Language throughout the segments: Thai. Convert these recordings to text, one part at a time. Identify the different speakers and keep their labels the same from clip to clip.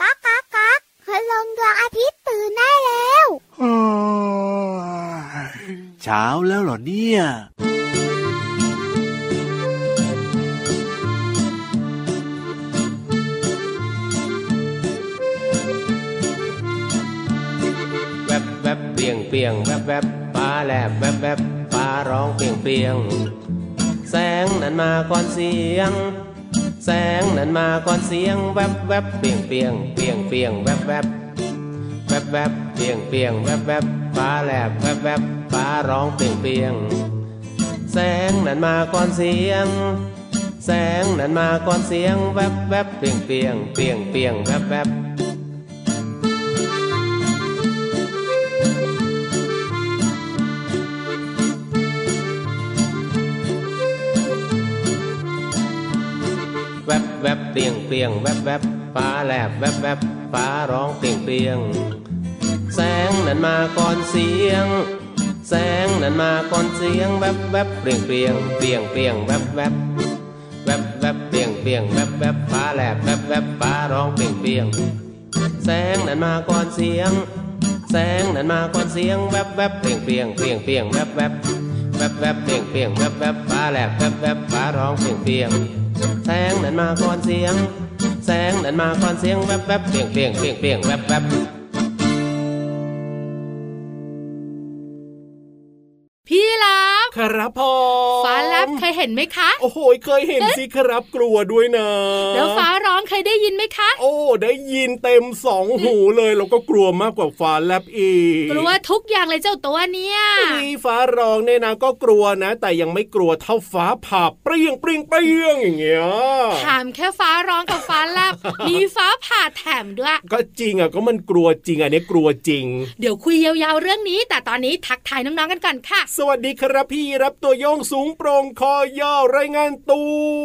Speaker 1: ก๊ากก๊ากก๊ากคืนลงดวงอาทิตย์ตื่นได้แล้ว
Speaker 2: เช้าแล้วเหรอเนี่ย
Speaker 3: แวบแวบเปรียงเปรียงแวบแวบฟ้าแลบแวบแวบฟ้าร้องเปรียงเปรียงแสงนั้นมาก่อนเสียง แสงนั้นมาก่อนเสียง แวบแวบเปรียงเปรียงเปรียงเปรียงแวบแวบแวบแวบเปรียงเปรียงแวบแวบฟ้าแลบแวบแวบฟ้าร้องเปรียงเปรียงแสงนั้นมาก่อนเสียง แสงนั้นมาก่อนเสียง แวบแวบเปรียงเปรียงเปรียงเปรียงแวบแวบ แวบแวบเปลี่ยงเปลี่ยงแวบแวบฟ้าแลบแวบแวบฟ้าร้องเปลี่ยงเปลี่ยงแสงนั้นมาก่อนเสียง แสงนั้นมาก่อนเสียง แวบแวบเปลี่ยงเปลี่ยงเปลี่ยงเปลี่ยงแวบแวบแวบแวบเปลี่ยงเปลี่ยงแวบแวบฟ้าแลบแวบแวบฟ้าร้องเปลี่ยงเปลี่ยงแสงนั้นมาก่อนเสียง แสงนั้นมาก่อนเสียง แวบแวบเปลี่ยงเปลี่ยงเปลี่ยงเปลี่ยงแวบแวบแวบแวบเปลี่ยงเปลี่ยงแวบแวบฟ้าแลบแวบแวบฟ้าร้องเปลี่ยงเปลี่ยงแสงนั้นมาก่อนเสียง แสงนั้นมาก่อนเสียงแวบแวบเปลี่ยงเปลี่ยงเปลี่ยงเปลี่ยงแวบแวบ
Speaker 4: พี่รับ
Speaker 5: ครับพอ
Speaker 4: ฟ้ารับเคยเห็นไหมคะ
Speaker 5: โอ้โหเคยเห็น สิครับกลัวด้วยนะ
Speaker 4: แล้วฟ้าร้องเคยได้ยินไหมคะ
Speaker 5: โอ้ ได้ยินเต็มสองหูเลยแล้วก็กลัวมากกว่าฟ้าแลบอีก
Speaker 4: กลัวทุกอย่างเลยเจ้าตัวเนี่ย
Speaker 5: มีฟ้าร้องเนี่ยนะก็กลัวนะ แต่ยังไม่กลัวเท่าฟ้าผ่าเปรี้ยงเปรี้ยงเปรี้ยงอย่างเงี้ย
Speaker 4: ถามแค่ฟ้าร้องกับฟ้าลั บ มีฟ้าผ่าแถมด้วย
Speaker 5: ก็จริงอ่ะก็มันกลัวจริงอันนี้กลัวจริง
Speaker 4: เดี๋ยวคุยยาวๆเรื่องนี้ แต่ตอนนี้ทักทายน้องๆกันก่อนค่ะ
Speaker 5: สวัสดีครับพี่รับตัวโยงสูงโปร่งคอย่อรายงานตั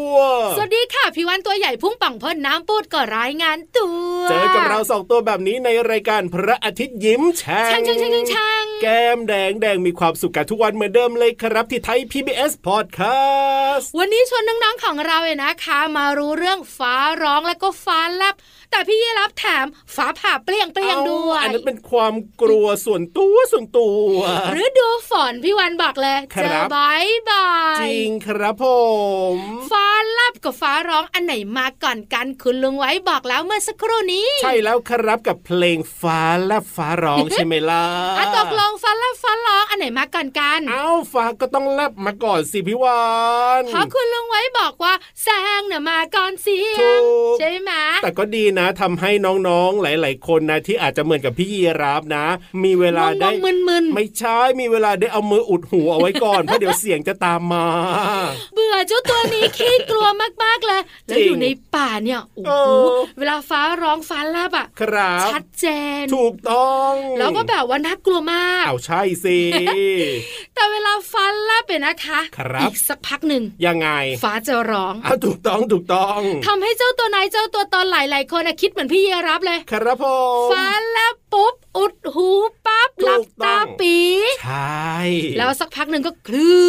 Speaker 5: ว
Speaker 4: สวัสดีค่ะ พี่วันตัวใหญ่พุ่งป่องพ่นน้ำปูดก็รายงานตัว
Speaker 5: เจอกับเราสองตัวแบบนี้ในรายการพระอาทิตย์ยิ้มแฉ่
Speaker 4: ช่างช่างช่างช่างช่าง
Speaker 5: แก้มแดงแดงมีความสุขกันทุกวันเหมือนเดิมเลยครับที่ไทย PBS Podcast
Speaker 4: วันนี้ชวนน้องๆของเราเนี่ยนะคะ มารู้เรื่องฟ้าร้องแล้วก็ฟ้าลับ แต่พี่ยีรับแถมฟ้าผ่าเปลี่ยงเปลี่ยงๆด้วย
Speaker 5: เอาอันนั้นเป็นความกลัวส่วนตัวส่วนตัว
Speaker 4: ฤดูฝนพี่วันบอกเลย
Speaker 5: ครั
Speaker 4: เจ
Speaker 5: บ
Speaker 4: อบายบาย
Speaker 5: จริงครับผม
Speaker 4: ฟ้าลับกับฟ้าร้องอันไหนมาก่อนกันคุณลุงไว้บอกแล้วเมื่อสักครู่นี้
Speaker 5: ใช่แล้วครับกับเพลงฟ้าและฟ้าร้องใช่ไหมล่ะ
Speaker 4: อะตกลงฟ้าลับฟ้าร้องอันไหนมาก่อนกัน
Speaker 5: เอ้าฟ้าก็ต้องแลบมาก่อนสิพี่วาน
Speaker 4: เพราะคุณลุงไว้บอกว่าแซงน่ะมาก่อนเสีย
Speaker 5: ถู
Speaker 4: ง
Speaker 5: ก
Speaker 4: ใช่ไหม
Speaker 5: แต่ก็ดีนะทำให้น้องๆ หลาย ๆ คนนะที่อาจจะเหมือนกับพี่ยีราฟนะ มีเวลาได้
Speaker 4: งงๆมึน
Speaker 5: ไม่ใช่มีเวลาได้เอามืออุดหูเอาไว้ก่อน เพราะเดี๋ยวเสียงจะตามมา
Speaker 4: ๆเบื่อเจ้าตัว นี้ ขี้กลัวมากๆเลยแล้ว
Speaker 5: จริง
Speaker 4: อยู่ในป่าเนี่ยโอ้โห
Speaker 5: เออ
Speaker 4: เวลาฟ้าร้องฟ้าลับอ่ะ
Speaker 5: ครับ
Speaker 4: ชัดเจน
Speaker 5: ถูกต้อง
Speaker 4: แล้วก็แบบว่าน่ากลัวมาก
Speaker 5: อ้าวใช่สิ
Speaker 4: แต่เวลาฟ้าแลบเป็นยนะคะ
Speaker 5: ครับ
Speaker 4: อีกสักพักหนึ่ง
Speaker 5: ยังไง
Speaker 4: ฟ้าจะร้อง
Speaker 5: อ้าวถูกต้องถูกต้อง
Speaker 4: ทำให้เจ้าตัวนายเจ้าตัวตอนหลายๆคนอะคิดเหมือนพี่เยรับเลย
Speaker 5: ครับผม
Speaker 4: ฟ้าแลบปุ๊บ อุดหูปั๊บหลับตาปี
Speaker 5: ใช่
Speaker 4: แล้วสักพักหนึ่งก็คลื่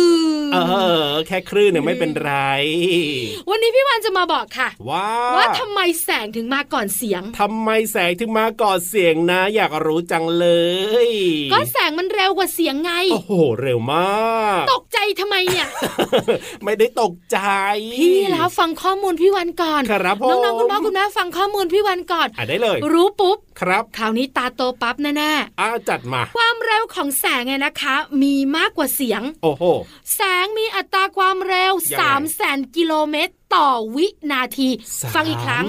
Speaker 4: น
Speaker 5: เออ แค่คลื่นเนี่ยไม่เป็นไร
Speaker 4: วันนี้พี่วานจะมาบอกค่ะ
Speaker 5: ว้า
Speaker 4: ว่าทำไมแสงถึงมาก่อนเสียง
Speaker 5: ทำไมแสงถึงมาก่อนเสียงนะ อยากรู้จังเลย
Speaker 4: ก็แสงมันเร็วกว่าเสียงไง
Speaker 5: โอ้โห เร็วมาก
Speaker 4: ตกใจทำไมเนี่ย
Speaker 5: ไม่ได้ตกใจ
Speaker 4: พี่แล้วฟังข้อมูลพี่วันก่อน
Speaker 5: ครับผม
Speaker 4: น้องๆคุณพ่อคุณแม่ฟังข้อมูลพี่วันก่อน
Speaker 5: อ่ะได้เลย
Speaker 4: รู้ปุ๊บ
Speaker 5: ครับ
Speaker 4: คราวนี้ตาโตปั๊บแน่
Speaker 5: อ้าจัดมา
Speaker 4: ๆ ความเร็วของแสงเนี่ยนะคะ มีมากกว่าเสียง
Speaker 5: โอ้โห
Speaker 4: แสงมีอัตราความเร็ว
Speaker 5: ยังไง
Speaker 4: 3 0 0แสนกิโลเมตรต่อวินาที ฟังอีกครั้ง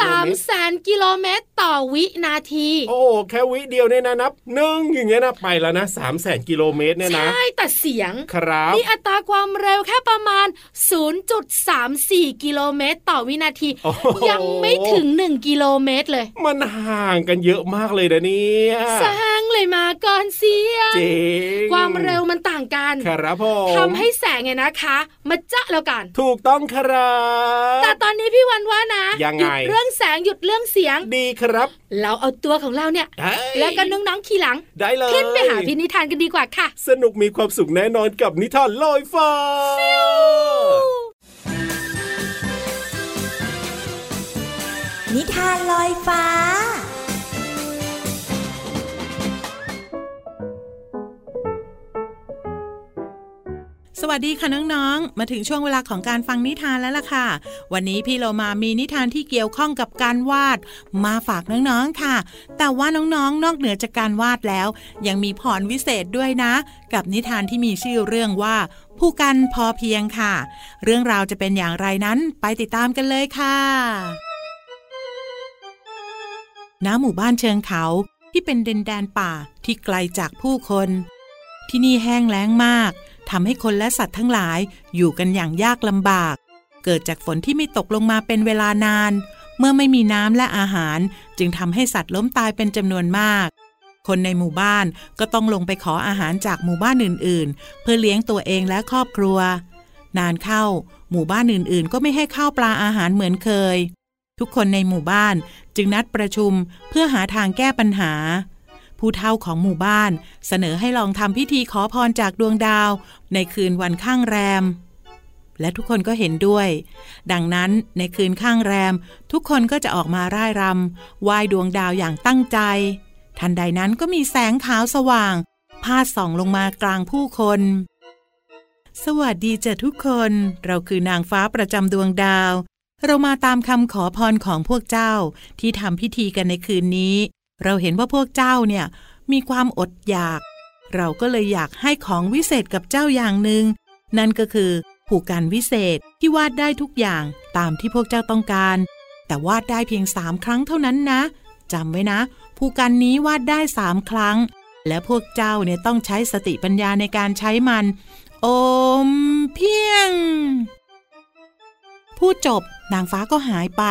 Speaker 5: สามแสนกิโล
Speaker 4: 3 0 0แสนกิโล
Speaker 5: เมตร
Speaker 4: เมตรต่อวินาที
Speaker 5: โอ้โหแค่วิเดียวเนี่ยนะนับหนึ่งอย่างเงี้ยนะไปแล้วนะสามแสนกิโลเมตรเนี่ย
Speaker 4: ใช
Speaker 5: นะ
Speaker 4: ่แต่เสียง
Speaker 5: ครับ
Speaker 4: มีอัตราความเร็วแค่ประมาณ 0.34 กิโลเมตรต่อวินาที
Speaker 5: โอ้โห
Speaker 4: ยังไม่ถึง 1 กิโลเมตรเลย
Speaker 5: มันห่างกันเยอะมากเลยนะเนี่ย
Speaker 4: แสงเลยมาก่อนเสียง
Speaker 5: จริง
Speaker 4: ความเร็วมันต่างกัน
Speaker 5: ครับผม
Speaker 4: ทำให้แสงเนี่ยนะคะมาจะแล้วกัน
Speaker 5: ถูกต้องครับ
Speaker 4: แต่ตอนนี้พี่วันว่านะ
Speaker 5: ยัง
Speaker 4: ห
Speaker 5: ไง
Speaker 4: ยุดเรื่องแสงหยุดเรื่องเสียง
Speaker 5: ดีครับ
Speaker 4: เราเอาตัวของเราเนี่ย
Speaker 5: เฮ้ย
Speaker 4: แล้วก็น้องๆขี่หลัง
Speaker 5: ได้เลย
Speaker 4: ขึ้นไปหาพี่นิทานกันดีกว่าค่ะ
Speaker 5: สนุกมีความสุขแน่นอนกับนิทานลอยฟ้า
Speaker 6: นิทานลอยฟ้า
Speaker 7: สวัสดีค่ะน้องๆ มาถึงช่วงเวลาของการฟังนิทานแล้วล่ะค่ะ วันนี้พี่เรามามีนิทานที่เกี่ยวข้องกับการวาด มาฝากน้องๆ ค่ะ แต่ว่าน้องๆ นอกเหนือจากการวาดแล้ว ยังมีพรวิเศษด้วยนะ กับนิทานที่มีชื่อเรื่องว่า ผู้กันพอเพียงค่ะ เรื่องราวจะเป็นอย่างไรนั้นไปติดตามกันเลยค่ะ ณ หมู่บ้านเชิงเขาที่เป็นดินแดนป่าที่ไกลจากผู้คน ที่นี่แห้งแล้งมากทำให้คนและสัตว์ทั้งหลายอยู่กันอย่างยากลำบาก เกิดจากฝนที่ไม่ตกลงมาเป็นเวลานาน เมื่อไม่มีน้ำและอาหาร จึงทำให้สัตว์ล้มตายเป็นจำนวนมาก คนในหมู่บ้านก็ต้องลงไปขออาหารจากหมู่บ้านอื่นๆ เพื่อเลี้ยงตัวเองและครอบครัว นานเข้า หมู่บ้านอื่นๆ ก็ไม่ให้ข้าวปลาอาหารเหมือนเคย ทุกคนในหมู่บ้านจึงนัดประชุมเพื่อหาทางแก้ปัญหา ผู้เฒ่าของหมู่บ้านเสนอให้ลองทำพิธีขอพรจากดวงดาว ในคืนวันข้างแรม และทุกคนก็เห็นด้วย ดังนั้นในคืนข้างแรม ทุกคนก็จะออกมาร่ายรำไหว้ดวงดาวอย่างตั้งใจ ทันใดนั้นก็มีแสงขาวสว่าง พาดส่องลงมากลางผู้คน สวัสดีจ้ะทุกคน เราคือนางฟ้าประจำดวงดาว เรามาตามคำขอพรของพวกเจ้าที่ทำพิธีกันในคืนนี้ เราเห็นว่าพวกเจ้าเนี่ยมีความอดอยาก เราก็เลยอยากให้ของวิเศษกับเจ้าอย่างหนึ่ง นั่นก็คือผูกกันวิเศษที่วาดได้ทุกอย่างตามที่พวกเจ้าต้องการ แต่วาดได้เพียงสามครั้งเท่านั้นนะจำไว้นะผูกกันนี้วาดได้สามครั้ง และพวกเจ้าเนี่ยต้องใช้สติปัญญาในการใช้มัน โอมเพียง พูดจบนางฟ้าก็หายไป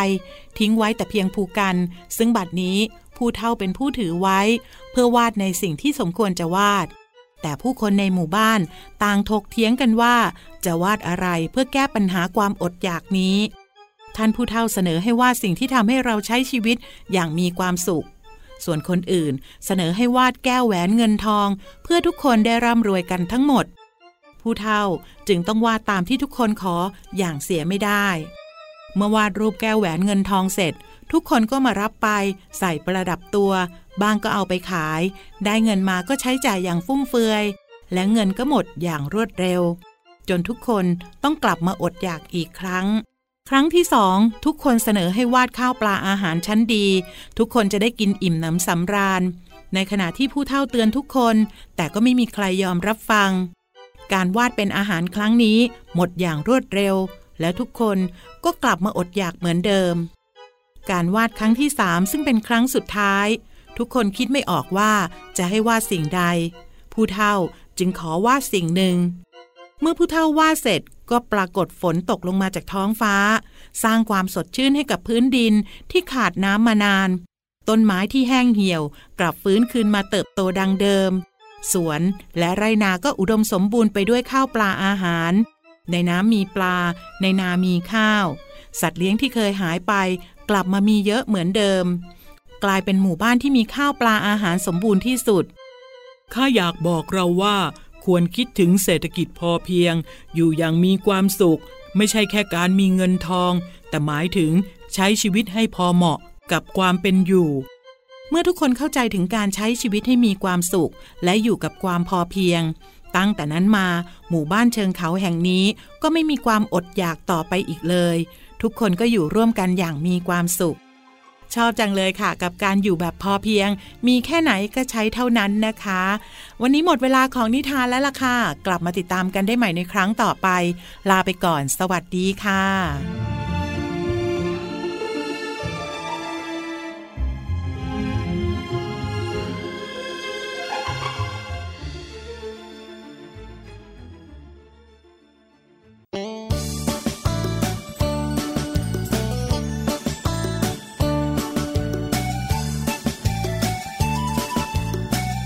Speaker 7: ทิ้งไว้แต่เพียงภูกัน ซึ่งบัดนี้ผู้เท่าเป็นผู้ถือไว้ เพื่อวาดในสิ่งที่สมควรจะวาด แต่ผู้คนในหมู่บ้านต่างถกเถียงกันว่า จะวาดอะไรเพื่อแก้ปัญหาความอดอยากนี้ ท่านผู้เท่าเสนอให้วาดสิ่งที่ทำให้เราใช้ชีวิตอย่างมีความสุข ส่วนคนอื่นเสนอให้วาดแก้วแหวนเงินทอง เพื่อทุกคนได้ร่ำรวยกันทั้งหมด ผู้เฒ่าจึงต้องวาดตามที่ทุกคนขออย่างเสียไม่ได้ เมื่อวาดรูปแก้วแหวนเงินทองเสร็จ ทุกคนก็มารับไปใส่ประดับตัว บางก็เอาไปขาย ได้เงินมาก็ใช้จ่ายอย่างฟุ่มเฟือย และเงินก็หมดอย่างรวดเร็ว จนทุกคนต้องกลับมาอดอยากอีกครั้ง ครั้งที่สองทุกคนเสนอให้วาดข้าวปลาอาหารชั้นดี ทุกคนจะได้กินอิ่มหนำสำราญ ในขณะที่ผู้เท่าเตือนทุกคน แต่ก็ไม่มีใครยอมรับฟัง การวาดเป็นอาหารครั้งนี้หมดอย่างรวดเร็ว และทุกคนก็กลับมาอดอยากเหมือนเดิม การวาดครั้งที่สามซึ่งเป็นครั้งสุดท้าย ทุกคนคิดไม่ออกว่าจะให้วาดสิ่งใด ผู้เฒ่าจึงขอวาดสิ่งหนึ่ง เมื่อผู้เฒ่าวาดเสร็จก็ปรากฏฝนตกลงมาจากท้องฟ้า สร้างความสดชื่นให้กับพื้นดินที่ขาดน้ำมานาน ต้นไม้ที่แห้งเหี่ยว กลับฟื้นคืนมาเติบโตดังเดิม สวนและไรนาก็อุดมสมบูรณ์ไปด้วยข้าวปลาอาหาร ในน้ำมีปลา ในนามีข้าว สัตว์เลี้ยงที่เคยหายไป กลับมามีเยอะเหมือนเดิม กลายเป็นหมู่บ้านที่มีข้าวปลาอาหารสมบูรณ์ที่สุด ข้าอยากบอกเราว่า ควรคิดถึงเศรษฐกิจพอเพียง อยู่อย่างมีความสุข ไม่ใช่แค่การมีเงินทอง แต่หมายถึงใช้ชีวิตให้พอเหมาะกับความเป็นอยู่ เมื่อทุกคนเข้าใจถึงการใช้ชีวิตให้มีความสุข และอยู่กับความพอเพียง ตั้งแต่นั้นมาหมู่บ้านเชิงเขาแห่งนี้ก็ไม่มีความอดอยากต่อไปอีกเลย ทุกคนก็อยู่ร่วมกันอย่างมีความสุข ชอบจังเลยค่ะ กับการอยู่แบบพอเพียง มีแค่ไหนก็ใช้เท่านั้นนะคะ วันนี้หมดเวลาของนิทานแล้วล่ะค่ะ กลับมาติดตามกันได้ใหม่ในครั้งต่อไป ลาไปก่อน สวัสดีค่ะ
Speaker 8: เ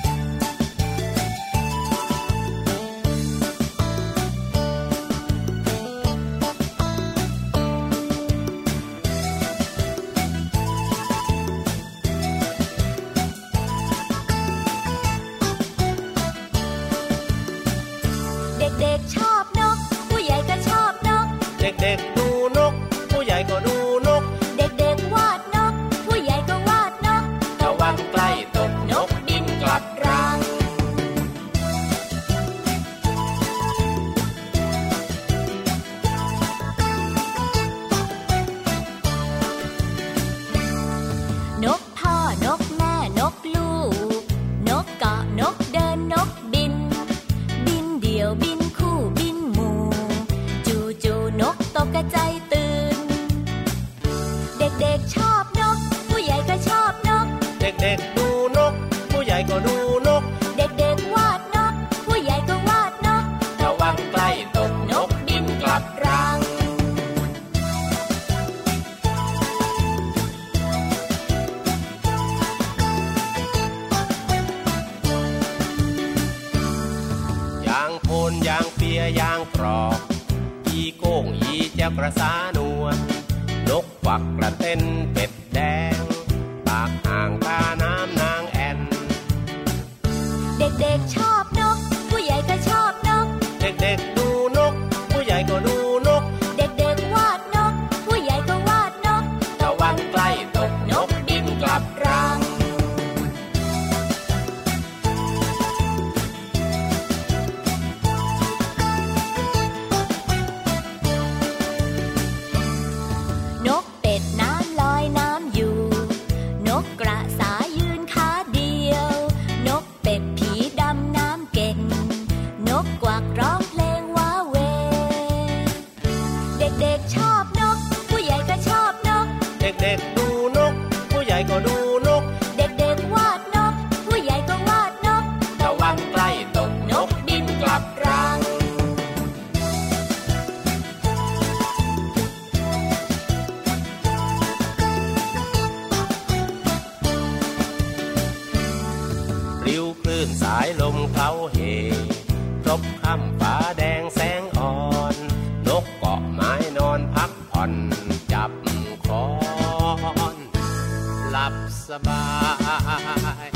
Speaker 9: เด็กชอบนก ผู้ใหญ่ก็ชอบนก
Speaker 10: เด็กๆดูนก ผู้ใหญ่ก็ดูนก
Speaker 9: เด็กๆวาดนก ผู้ใหญ่ก็วาดนก
Speaker 10: ระวังใกล้ตกนกบินกลับรัง ยางโพนยางเปียยางกรอกอีโก้งอีแจ้วกระสาหนวลนกควักกระเต้นเป็ดแดง ปากห่างตาน้ำนางแอน
Speaker 9: เด็กๆชอบนก ผู้ใหญ่ก็ชอบนก
Speaker 10: เด็กๆดูนก ผู้ใหญ่ก็ดูนก
Speaker 9: เด็กๆวาดนก ผู้ใหญ่ก็วาดนก
Speaker 10: ตะวันใกล้ตกนกบินกลับรัง
Speaker 9: นกเป็ดน้ำลอยน้ำอยู่ นกกระสายืนขาเดียว นกเป็ดผีดำน้ำเก่ง นกกวักร้องเพลงว้าเหวเด็กๆชอบนก ผู้ใหญ่ก็ชอบนก
Speaker 10: เด็กๆดูนก ผู้ใหญ่ก็ดูนก
Speaker 9: เด็กๆวาดนก ผู้ใหญ่ก็วาดนก
Speaker 10: ตะวันใกล้ตกนกบินกลับรัง ริ้วคลื่นสายลมเคล้าเหครบค่ำฟ้าแดงแสงอ่อน นกเกาะไม้นอนพักผ่อน จับคอน หลับสบาย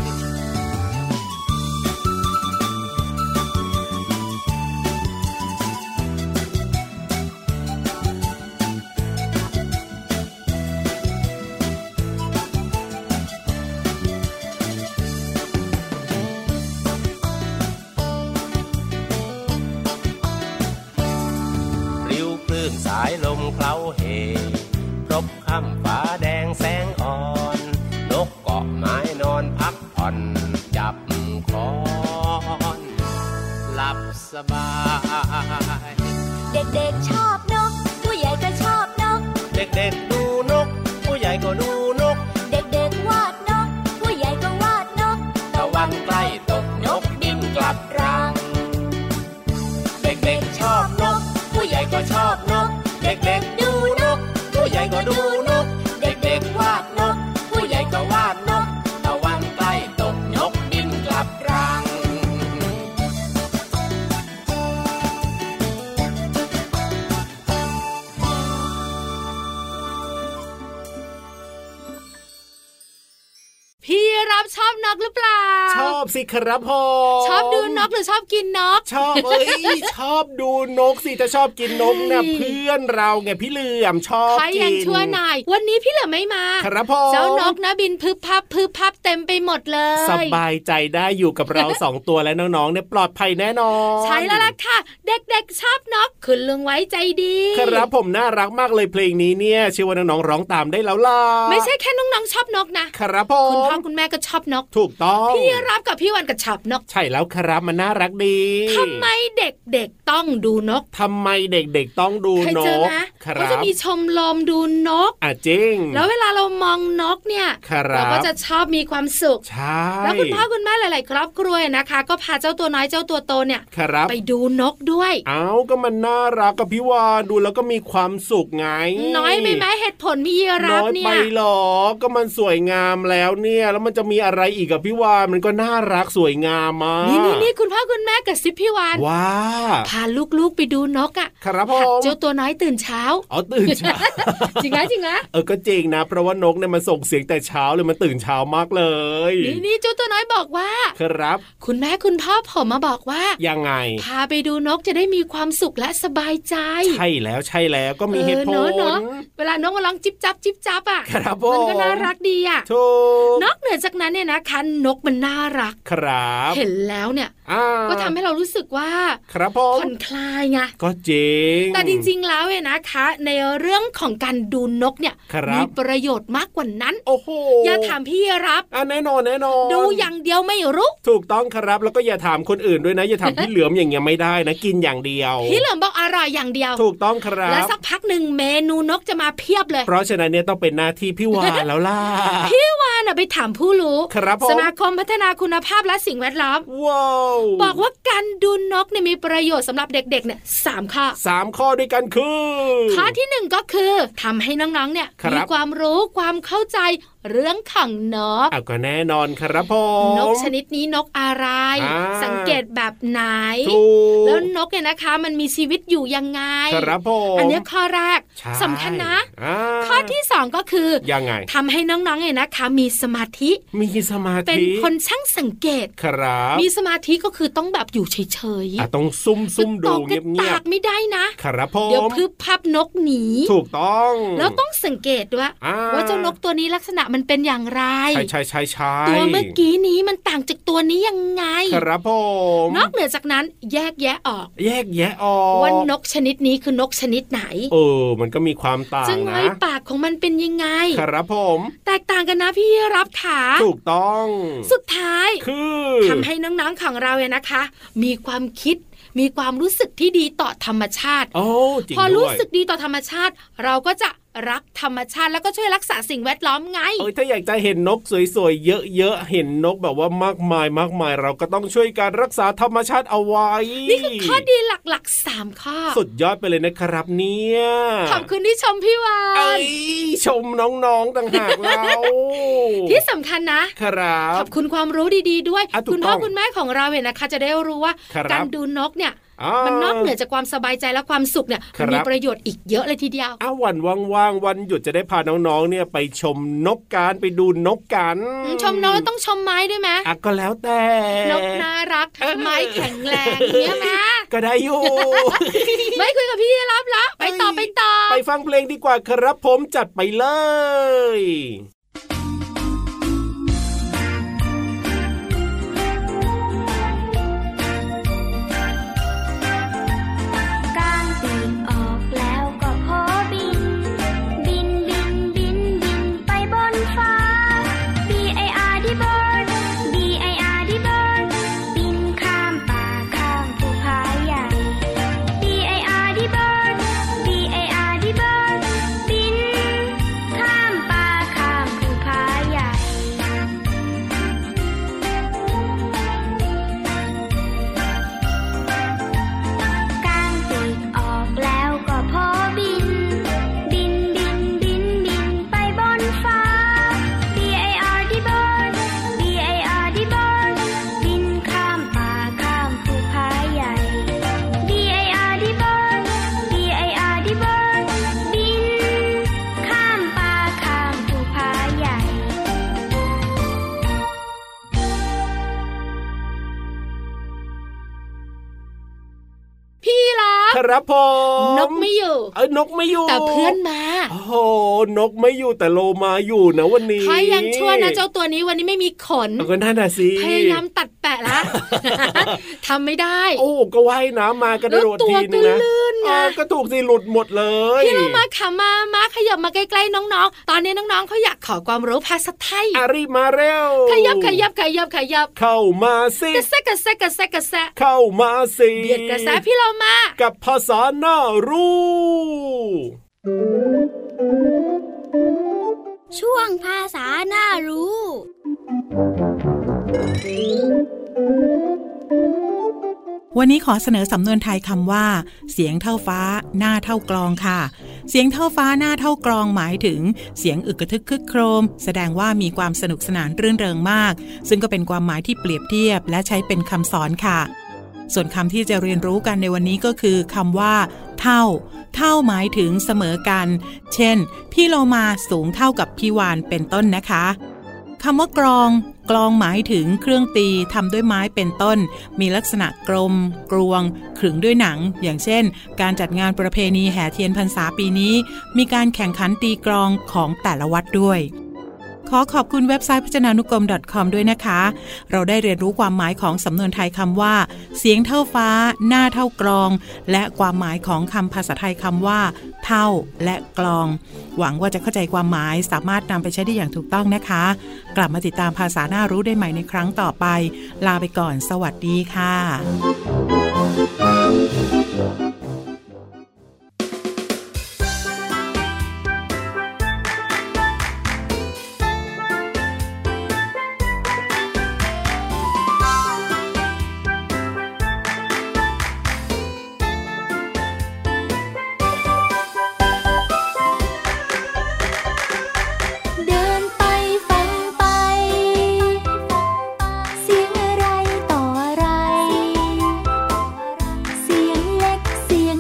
Speaker 10: ริ้วคลื่นสายลมเคล้าเหครบค่ำฟ้าแดงแสงอ่อน นกเกาะไม้นอนพักผ่อน จับคอน หลับสบาย
Speaker 9: เด็กๆชอบนก ผู้ใหญ่ก็ชอบนก
Speaker 10: เด็กๆดูนก ผู้ใหญ่ก็ดูนก
Speaker 9: เด็กๆวาดนก ผู้ใหญ่ก็วาดนก
Speaker 10: ตะวันใกล้ตกนกบินกลับรัง เด็กๆชอบนก ผู้ใหญ่ก็ชอบนก เด็กๆดูนก ผู้ใหญ่ก็ดูนก เด็กๆวาดนก ผู้ใหญ่ก็วาดนก ตะวันใกล้ตกนกบินกลับรัง
Speaker 4: พี่รับชอบนกหรือเปล่า
Speaker 5: ชอบสิครับผม
Speaker 4: ชอบดูนกหรือชอบกินนก
Speaker 5: ชอบเอ้ย ชอบดูนกสิจะชอบกินนกนะ
Speaker 4: อืม
Speaker 5: เพื่อนเราไงพี่เหลือมชอบ
Speaker 4: ใคร
Speaker 5: กิ
Speaker 4: ยัง
Speaker 5: น
Speaker 4: ชั่วหน่อย วันนี้พี่เหลือไม่มา
Speaker 5: ครับผม
Speaker 4: เจ้านกนะบินพึบพับพึบพับเต็มไปหมดเลย
Speaker 5: สบายใจได้อยู่กับ เรา สองตัวและน้องๆเนี่ยปลอดภัยแน่นอน
Speaker 4: ใช่แล้วล่ะค่ะ เด็กๆชอบนกคุณลุงไว้ใจดี
Speaker 5: ครับผมน่ารักมากเลยเพลงนี้เนี่ยเชื่อว่าน้องๆร้องตามได้แล้วล่ะ
Speaker 4: ไม่ใช่แค่น้องๆชอบนกนะครับ
Speaker 5: ผ
Speaker 4: คุณ
Speaker 5: ม
Speaker 4: พ่อคุณแม่ก็ชอบนก
Speaker 5: ถูกต้อง
Speaker 4: พี่รับกับพี่วันก็ชอบนก
Speaker 5: ใช่แล้วครับมันน่ารักดี
Speaker 4: ทำไมเด็กๆต้องดูนก
Speaker 5: ทำไมเด็กๆต้องดู
Speaker 4: เคย
Speaker 5: น
Speaker 4: เจอก นะครับ ก็จะมีชมรมดูนก
Speaker 5: อ่ะจริง
Speaker 4: แล้วเวลาเรามองนกเนี่ย
Speaker 5: ครับ
Speaker 4: เราก็จะชอบมีความสุข
Speaker 5: ใช่
Speaker 4: แล้วคุณพ่อคุณแม่หลาย ๆ ครอบครัวนะคะ ก็พาเจ้าตัวน้อยเจ้าตัวโตเนี่ย
Speaker 5: ครับ
Speaker 4: ไปดูนกด้วย
Speaker 5: เอาก็มันน่ารักกับพี่วานดูแล้วก็มีความสุขไง
Speaker 4: น้อยไปไหมเหตุผลมีเยรับ
Speaker 5: น้อย
Speaker 4: เนี่
Speaker 5: ไป
Speaker 4: ย
Speaker 5: หรอก็มันสวยงามแล้วเนี่ย แล้วมันจะมีอะไรอีกกับพี่วานมันก็น่ารักสวยงามมาก
Speaker 4: นี่นี่นี่คุณพ่อคุณแม่กับซิบพี่วาน
Speaker 5: ว้า
Speaker 4: พาลูกๆไปดูนกอ่ะ
Speaker 5: ครับผ
Speaker 4: หัด
Speaker 5: ม
Speaker 4: เจ้าตัวน้อยตื่นเช้า
Speaker 5: อ๋อตื่นเช้า
Speaker 4: จริงนะจริงนะ
Speaker 5: เออก็จริงนะ เพราะว่านกเนี่ยมันส่งเสียงแต่เช้าเลยมันตื่นเช้ามากเลย
Speaker 4: นี่นี่เจ้าตัวน้อยบอกว่า
Speaker 5: ครับ
Speaker 4: คุณแม่คุณพ่อผมมาบอกว่า
Speaker 5: ยังไง
Speaker 4: พาไปดูนกจะได้มีความสุขและสบายใจ
Speaker 5: ใช่แล้วใช่แล้วก็มีเหตุผ
Speaker 4: ออ
Speaker 5: ล
Speaker 4: เนอะเนอะเวลานกมันร้องจิบจับจิบจับอ่ะ
Speaker 5: ครับผม
Speaker 4: มันก็น่ารักดีอ่ะ
Speaker 5: ถูก
Speaker 4: นอกเหนือจากนั้น เนี่ยนะคะนกมันน่ารัก
Speaker 5: ครับ
Speaker 4: เห็นแล้วเนี่ย
Speaker 5: อ่า
Speaker 4: ก็ทำให้เรารู้สึกว่า
Speaker 5: ครับผม
Speaker 4: ผ่อนคลายไง
Speaker 5: ก็จริง
Speaker 4: แต่จริงๆ แล้วเนี่ยนะคะ ในเรื่องของการดูนกเนี่ย
Speaker 5: ครับ
Speaker 4: มีประโยชน์มากกว่านั้น
Speaker 5: โอ้โห
Speaker 4: อย่าถามพี่รับ
Speaker 5: อ่ะแน่นอนแน่นอน
Speaker 4: ดูอย่างเดียวไม่รู้
Speaker 5: ถูกต้องครับแล้วก็อย่าถามคนอื่นด้วยนะ อย่าถามพี่เหลือมอย่างเงี้ยไม่ได้นะ กินอย่างเดียว
Speaker 4: พี่เหลิมบอกอร่อยอย่างเดียว
Speaker 5: ถูกต้องครับ
Speaker 4: แล้วสักพักหนึ่งเมนูนกจะมาเพียบเลย
Speaker 5: เพราะฉะนั้นเนี่ยต้องเป็นหน้าที่พี่วานแล้วล่ะ
Speaker 4: พี่วานน่ะไปถามผู้รู้
Speaker 5: ครับผม
Speaker 4: สมาคมพัฒนาคุณภาพและสิ่งแวดล้อม
Speaker 5: ว้าว
Speaker 4: บอกว่าการดูนกเนี่ยมีประโยชน์สำหรับเด็กๆเนี่ยสามข้อ
Speaker 5: สามข้อด้วยกันคือ
Speaker 4: ข้อที่หนึ่งก็คือทำให้น้องๆ เนี่ย
Speaker 5: ครับ
Speaker 4: มีความรู้ความเข้าใจเรื่องของนก
Speaker 5: อ่ะก็แน่นอนครับผม
Speaker 4: นกชนิดนี้นกอะไร
Speaker 5: อ่า
Speaker 4: สังเกตแบบไหน
Speaker 5: ถูก
Speaker 4: แล้วนกเนี่ยนะคะ มันมีชีวิตอยู่ยังไง
Speaker 5: ครับผม
Speaker 4: อั
Speaker 5: น
Speaker 4: นเนี้ยข้อแรกสำคัญนะ ข้อที่สองก็คือ
Speaker 5: ยังไง
Speaker 4: ทำให้น้องๆเนี่ยนะคะ มีสมาธิ
Speaker 5: มีสมาธิ
Speaker 4: เป็นคนช่างสังเกต
Speaker 5: ครับ
Speaker 4: มีสมาธิก็คือต้องแบบอยู่เฉย
Speaker 5: อ่ะต้องซุ่ม
Speaker 4: ๆ
Speaker 5: ซุ่ม
Speaker 4: ต
Speaker 5: ดู
Speaker 4: กก
Speaker 5: เงี
Speaker 4: ระ
Speaker 5: ยบเงีย
Speaker 4: ตา
Speaker 5: บ
Speaker 4: กไม่ได้นะ
Speaker 5: ๆครับผม
Speaker 4: เดี๋ยวพึบพับนกหนี
Speaker 5: ถูกต้อง
Speaker 4: แล้วต้องสังเกตด้วย
Speaker 5: อ่า
Speaker 4: ว่าเจ้านกตัวนี้ลักษณะมันเป็นอย่างไร
Speaker 5: ใช่ใช่ใช่ใช่
Speaker 4: ตัวเมื่อกี้นี้มันต่างจากตัวนี้ยังไง
Speaker 5: ครับผม
Speaker 4: นอกเหนือจากนั้นแยกแยะออก
Speaker 5: แยกแยะออก
Speaker 4: ว่านกชนิดนี้คือนกชนิดไหน
Speaker 5: เออ มันก็มีความต่าง
Speaker 4: ซึ่ง
Speaker 5: นะ
Speaker 4: ไว้ปากของมันเป็นยังไง
Speaker 5: ครับผม
Speaker 4: แตกต่างกันนะพี่รับขา
Speaker 5: ถูกต้อง
Speaker 4: สุดท้าย
Speaker 5: คือ
Speaker 4: ทำให้น้องๆของเราเนี่ยนะคะ มีความคิดมีความรู้สึกที่ดีต่อธรรมชาติ
Speaker 5: โอ้จริง
Speaker 4: พอรู้
Speaker 5: ด้วย
Speaker 4: สึกดีต่อธรรมชาติ เราก็จะรักธรรมชาติแล้วก็ช่วยรักษาสิ่งแวดล้อมไง
Speaker 5: เอ้ยถ้าอยากจะเห็นนกสวยๆ เยอะๆ เห็นนกแบบว่ามากมายมากมาย เราก็ต้องช่วยการรักษาธรรมชาติเอาไว้
Speaker 4: นี่คือข้อดีหลักๆสามข้อ
Speaker 5: สุดยอดไปเลยนะครับเนี่ย
Speaker 4: ขอบคุณที่ชมพี่วา
Speaker 5: เอ้
Speaker 4: น
Speaker 5: ยชมน้องๆต่างหากเรา
Speaker 4: ที่สำคัญนะ
Speaker 5: ครับ
Speaker 4: ขอบคุณความรู้ดีๆด้วย
Speaker 5: อ่ะถูก
Speaker 4: คุณพ่อ
Speaker 5: ต้อง
Speaker 4: คุณแม่ของเราเนี่ยนะคะ จะได้รู้ว่า
Speaker 5: ครับ
Speaker 4: การดูนกเนี่ย
Speaker 5: อ่ามั
Speaker 4: มันนอกเหนือจากความสบายใจและความสุขเนี่ย
Speaker 5: ครั
Speaker 4: มั
Speaker 5: บ
Speaker 4: มีประโยชน์อีกเยอะเลยทีเดียว
Speaker 5: อ้าวันว่างๆวันหยุดจะได้พาน้องๆ เนี่ยไปชมนกการไปดูนกกัน
Speaker 4: ชมนกแล้วต้องชมไม้ด้วยไหม
Speaker 5: อ่ะก็แล้วแต่
Speaker 4: นกน่ารัก
Speaker 5: เออ
Speaker 4: ไม้แข็งแรงเนี่ยนะ
Speaker 5: ก็ได้ อยู่
Speaker 4: ไม่คุยกับพี่รับแล้วไปต่อไปต่อ
Speaker 5: ไปฟังเพลงดีกว่าครับผมจัดไปเลย
Speaker 11: กลางปีกออกแล้วก็พอบิน บินบินบินบินไปบนฟ้า B I R D bird B I R D bird บินข้ามป่าข้ามภูผาใหญ่ B I R D bird B I R D bird บินข้ามป่าข้ามภูผาใหญ่ กางปีกออกแล้วก็พอบิน บินบินบินบินไปบนฟ้า B I R D bird B I R D bird บินข้ามป่าข้ามภูผาใหญ่ B I R D bird B I R D bird บินข้ามป่าข้ามภูผาใหญ่
Speaker 4: พี่รับ
Speaker 5: ครับผม
Speaker 4: นกไม่อยู่
Speaker 5: เอ้ยนกไม่อยู่
Speaker 4: แต่เพื่อนมา
Speaker 5: โอ้โหนกไม่อยู่แต่โลมาอยู่นะวันนี้
Speaker 4: ใครยังชั่วนะเจ้าตัวนี้วันนี้ไม่มีขน
Speaker 5: เอาก็น่าน่ะสิ
Speaker 4: พยายามตัดแปะละ ทำไม่ได้
Speaker 5: โอ้ก็ว่ายน้ำมากัน
Speaker 4: แล้ว
Speaker 5: โดด
Speaker 4: ตัว
Speaker 5: ทีนึงนะ
Speaker 4: ก็ลื่นไง
Speaker 5: เออก็ถูกสิหลุดหมดเลย
Speaker 4: พี่เรามาค่ะมามาขยับมาใกล้ๆน้องๆ ตอนนี้น้องๆเขาอยากขอความรู้ภาษาไทย
Speaker 5: อารีบมาเร็ว
Speaker 4: ขยับขยับขยับขยับ
Speaker 5: เข้ามาสิ
Speaker 4: กระแซะกระแซะกระแซะกระแซะ
Speaker 5: เข้ามาสิ
Speaker 4: เบียดกระแซะพี่เรามา
Speaker 5: กับภาษาหน้ารู้
Speaker 11: ช่วงภาษาน่ารู้
Speaker 7: วันนี้ขอเสนอสำนวนไทยคำว่า เสียงเท่าฟ้า หน้าเท่ากลองค่ะ เสียงเท่าฟ้าหน้าเท่ากลองหมายถึง เสียงอึกกระทึกคึกโครม แสดงว่ามีความสนุกสนานรื่นเริงมาก ซึ่งก็เป็นความหมายที่เปรียบเทียบ และใช้เป็นคำสอนค่ะ ส่วนคำที่จะเรียนรู้กันในวันนี้ก็คือคำว่า เท่า เท่าหมายถึงเสมอกัน เช่น พี่โลมาสูงเท่ากับพี่วานเป็นต้นนะคะ คำว่ากลอง กลองหมายถึงเครื่องตีทำด้วยไม้เป็นต้น มีลักษณะกลม กรวง ขึงด้วยหนัง อย่างเช่น การจัดงานประเพณีแห่เทียนพรรษาปีนี้ มีการแข่งขันตีกลองของแต่ละวัดด้วย ข อขอบคุณเว็บไซต์พจนานุกรม .com ด้วยนะคะ เราได้เรียนรู้ความหมายของสำนวนไทยคำว่า เสียงเท่าฟ้า หน้าเท่ากรอง และความหมายของคำภาษาไทยคำว่า เท่าและกลอง หวังว่าจะเข้าใจความหมายสามารถนำไปใช้ได้อย่างถูกต้องนะคะ กลับมาติดตามภาษาหน้ารู้ได้ใหม่ในครั้งต่อไป ลาไปก่อน สวัสดีค่ะ
Speaker 6: เดินไปฟังไป เสียงอะไรต่ออะไร เสียงเล็กเสียง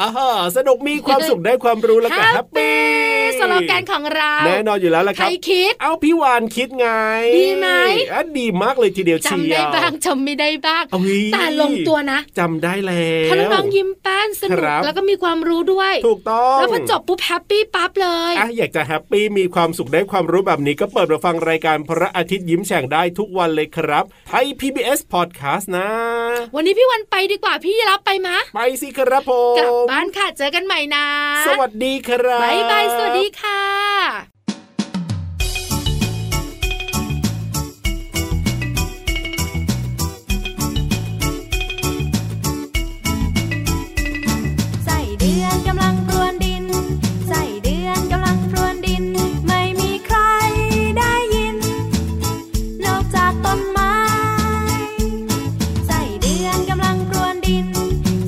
Speaker 5: อ่าฮะสนุกมีความสุขได้ความรู้แล้วก็แฮปปี้
Speaker 4: สโลแกนของเรา
Speaker 5: แน่นอนอยู่แล้วละค
Speaker 4: ใคร
Speaker 5: รับ
Speaker 4: คิด
Speaker 5: เอาพี่วานคิดไง
Speaker 4: ดีไหม
Speaker 5: อ่ะดีมากเลยทีเดียวเชียว
Speaker 4: จำได้บ้างจำไม่ได้บ้าง
Speaker 5: เอ้ย
Speaker 4: แต่ลงตัวนะ
Speaker 5: จำได้แล้ว
Speaker 4: เพราะน้องๆยิ้มแป้นสนุก
Speaker 5: ครับ
Speaker 4: แล้วก็มีความรู้ด้วย
Speaker 5: ถูกต้อง
Speaker 4: แล้วพอจบปุ๊บแฮปปี้ปั๊บเลย
Speaker 5: อ่ะอยากจะแฮปปี้มีความสุขได้ความรู้แบบนี้ก็เปิดมาฟังรายการพระอาทิตย์ยิ้มแฉ่งได้ทุกวันเลยครับไทย PBS Podcast นะ
Speaker 4: วันนี้พี่วันไปดีกว่าพี่รับไปมะ
Speaker 5: ไปสิครับผ
Speaker 4: กลับ
Speaker 5: ม
Speaker 4: บ้านค่ะเจอกันใหม่นะ
Speaker 5: สวัสดีครับ
Speaker 4: บายบายสวัสดีค่ะ
Speaker 6: ใส่เดือนกำลังพรวนดิน ใส่เดือนกำลังพรวนดิน ไม่มีใครได้ยิน นอกจากต้นไม้ ใส่เดือนกำลังพรวนดิน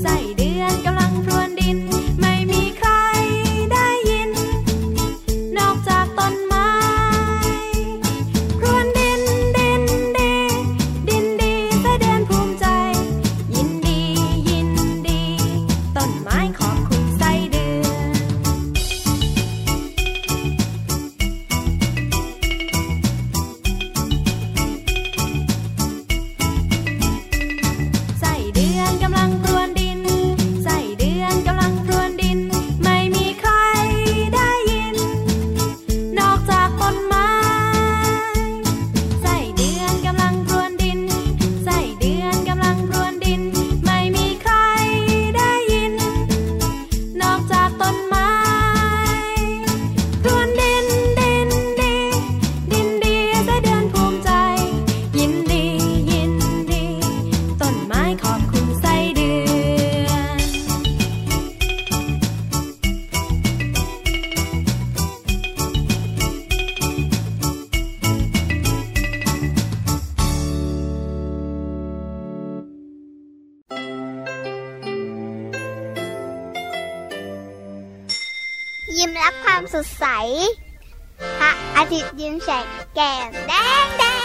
Speaker 6: ใส่เดือนกำลังพรวนดิน ไม่มีใครได้ยิน นอกจากต้นไม้ พรวนดินดินดี ดินดีแสดงภูมิใจ ยินดียินดี ต้นไม้ขอบคุณไส้เดือน ใส่เดือนกำลังพรวนดิน ใส่เดือนกำลังพรวนดิน ไม่มีใครได้ยิน นอกจากต้นไม้ ใส่เดือนกำลังพรวนดิน ใส่เดือนกำลังพรวนดิน ไม่มีใครได้ยิน นอกจากต้นไม้ พรวนดินดินดี ดินดีได้เดือนภูมิใจ ยินดียินดี ต้นไม้ขอบคุณไส้เดือน
Speaker 1: ยิ้มรับความสดใสพระอาทิตย์ยิ้มแฉกแก้มแดงแดง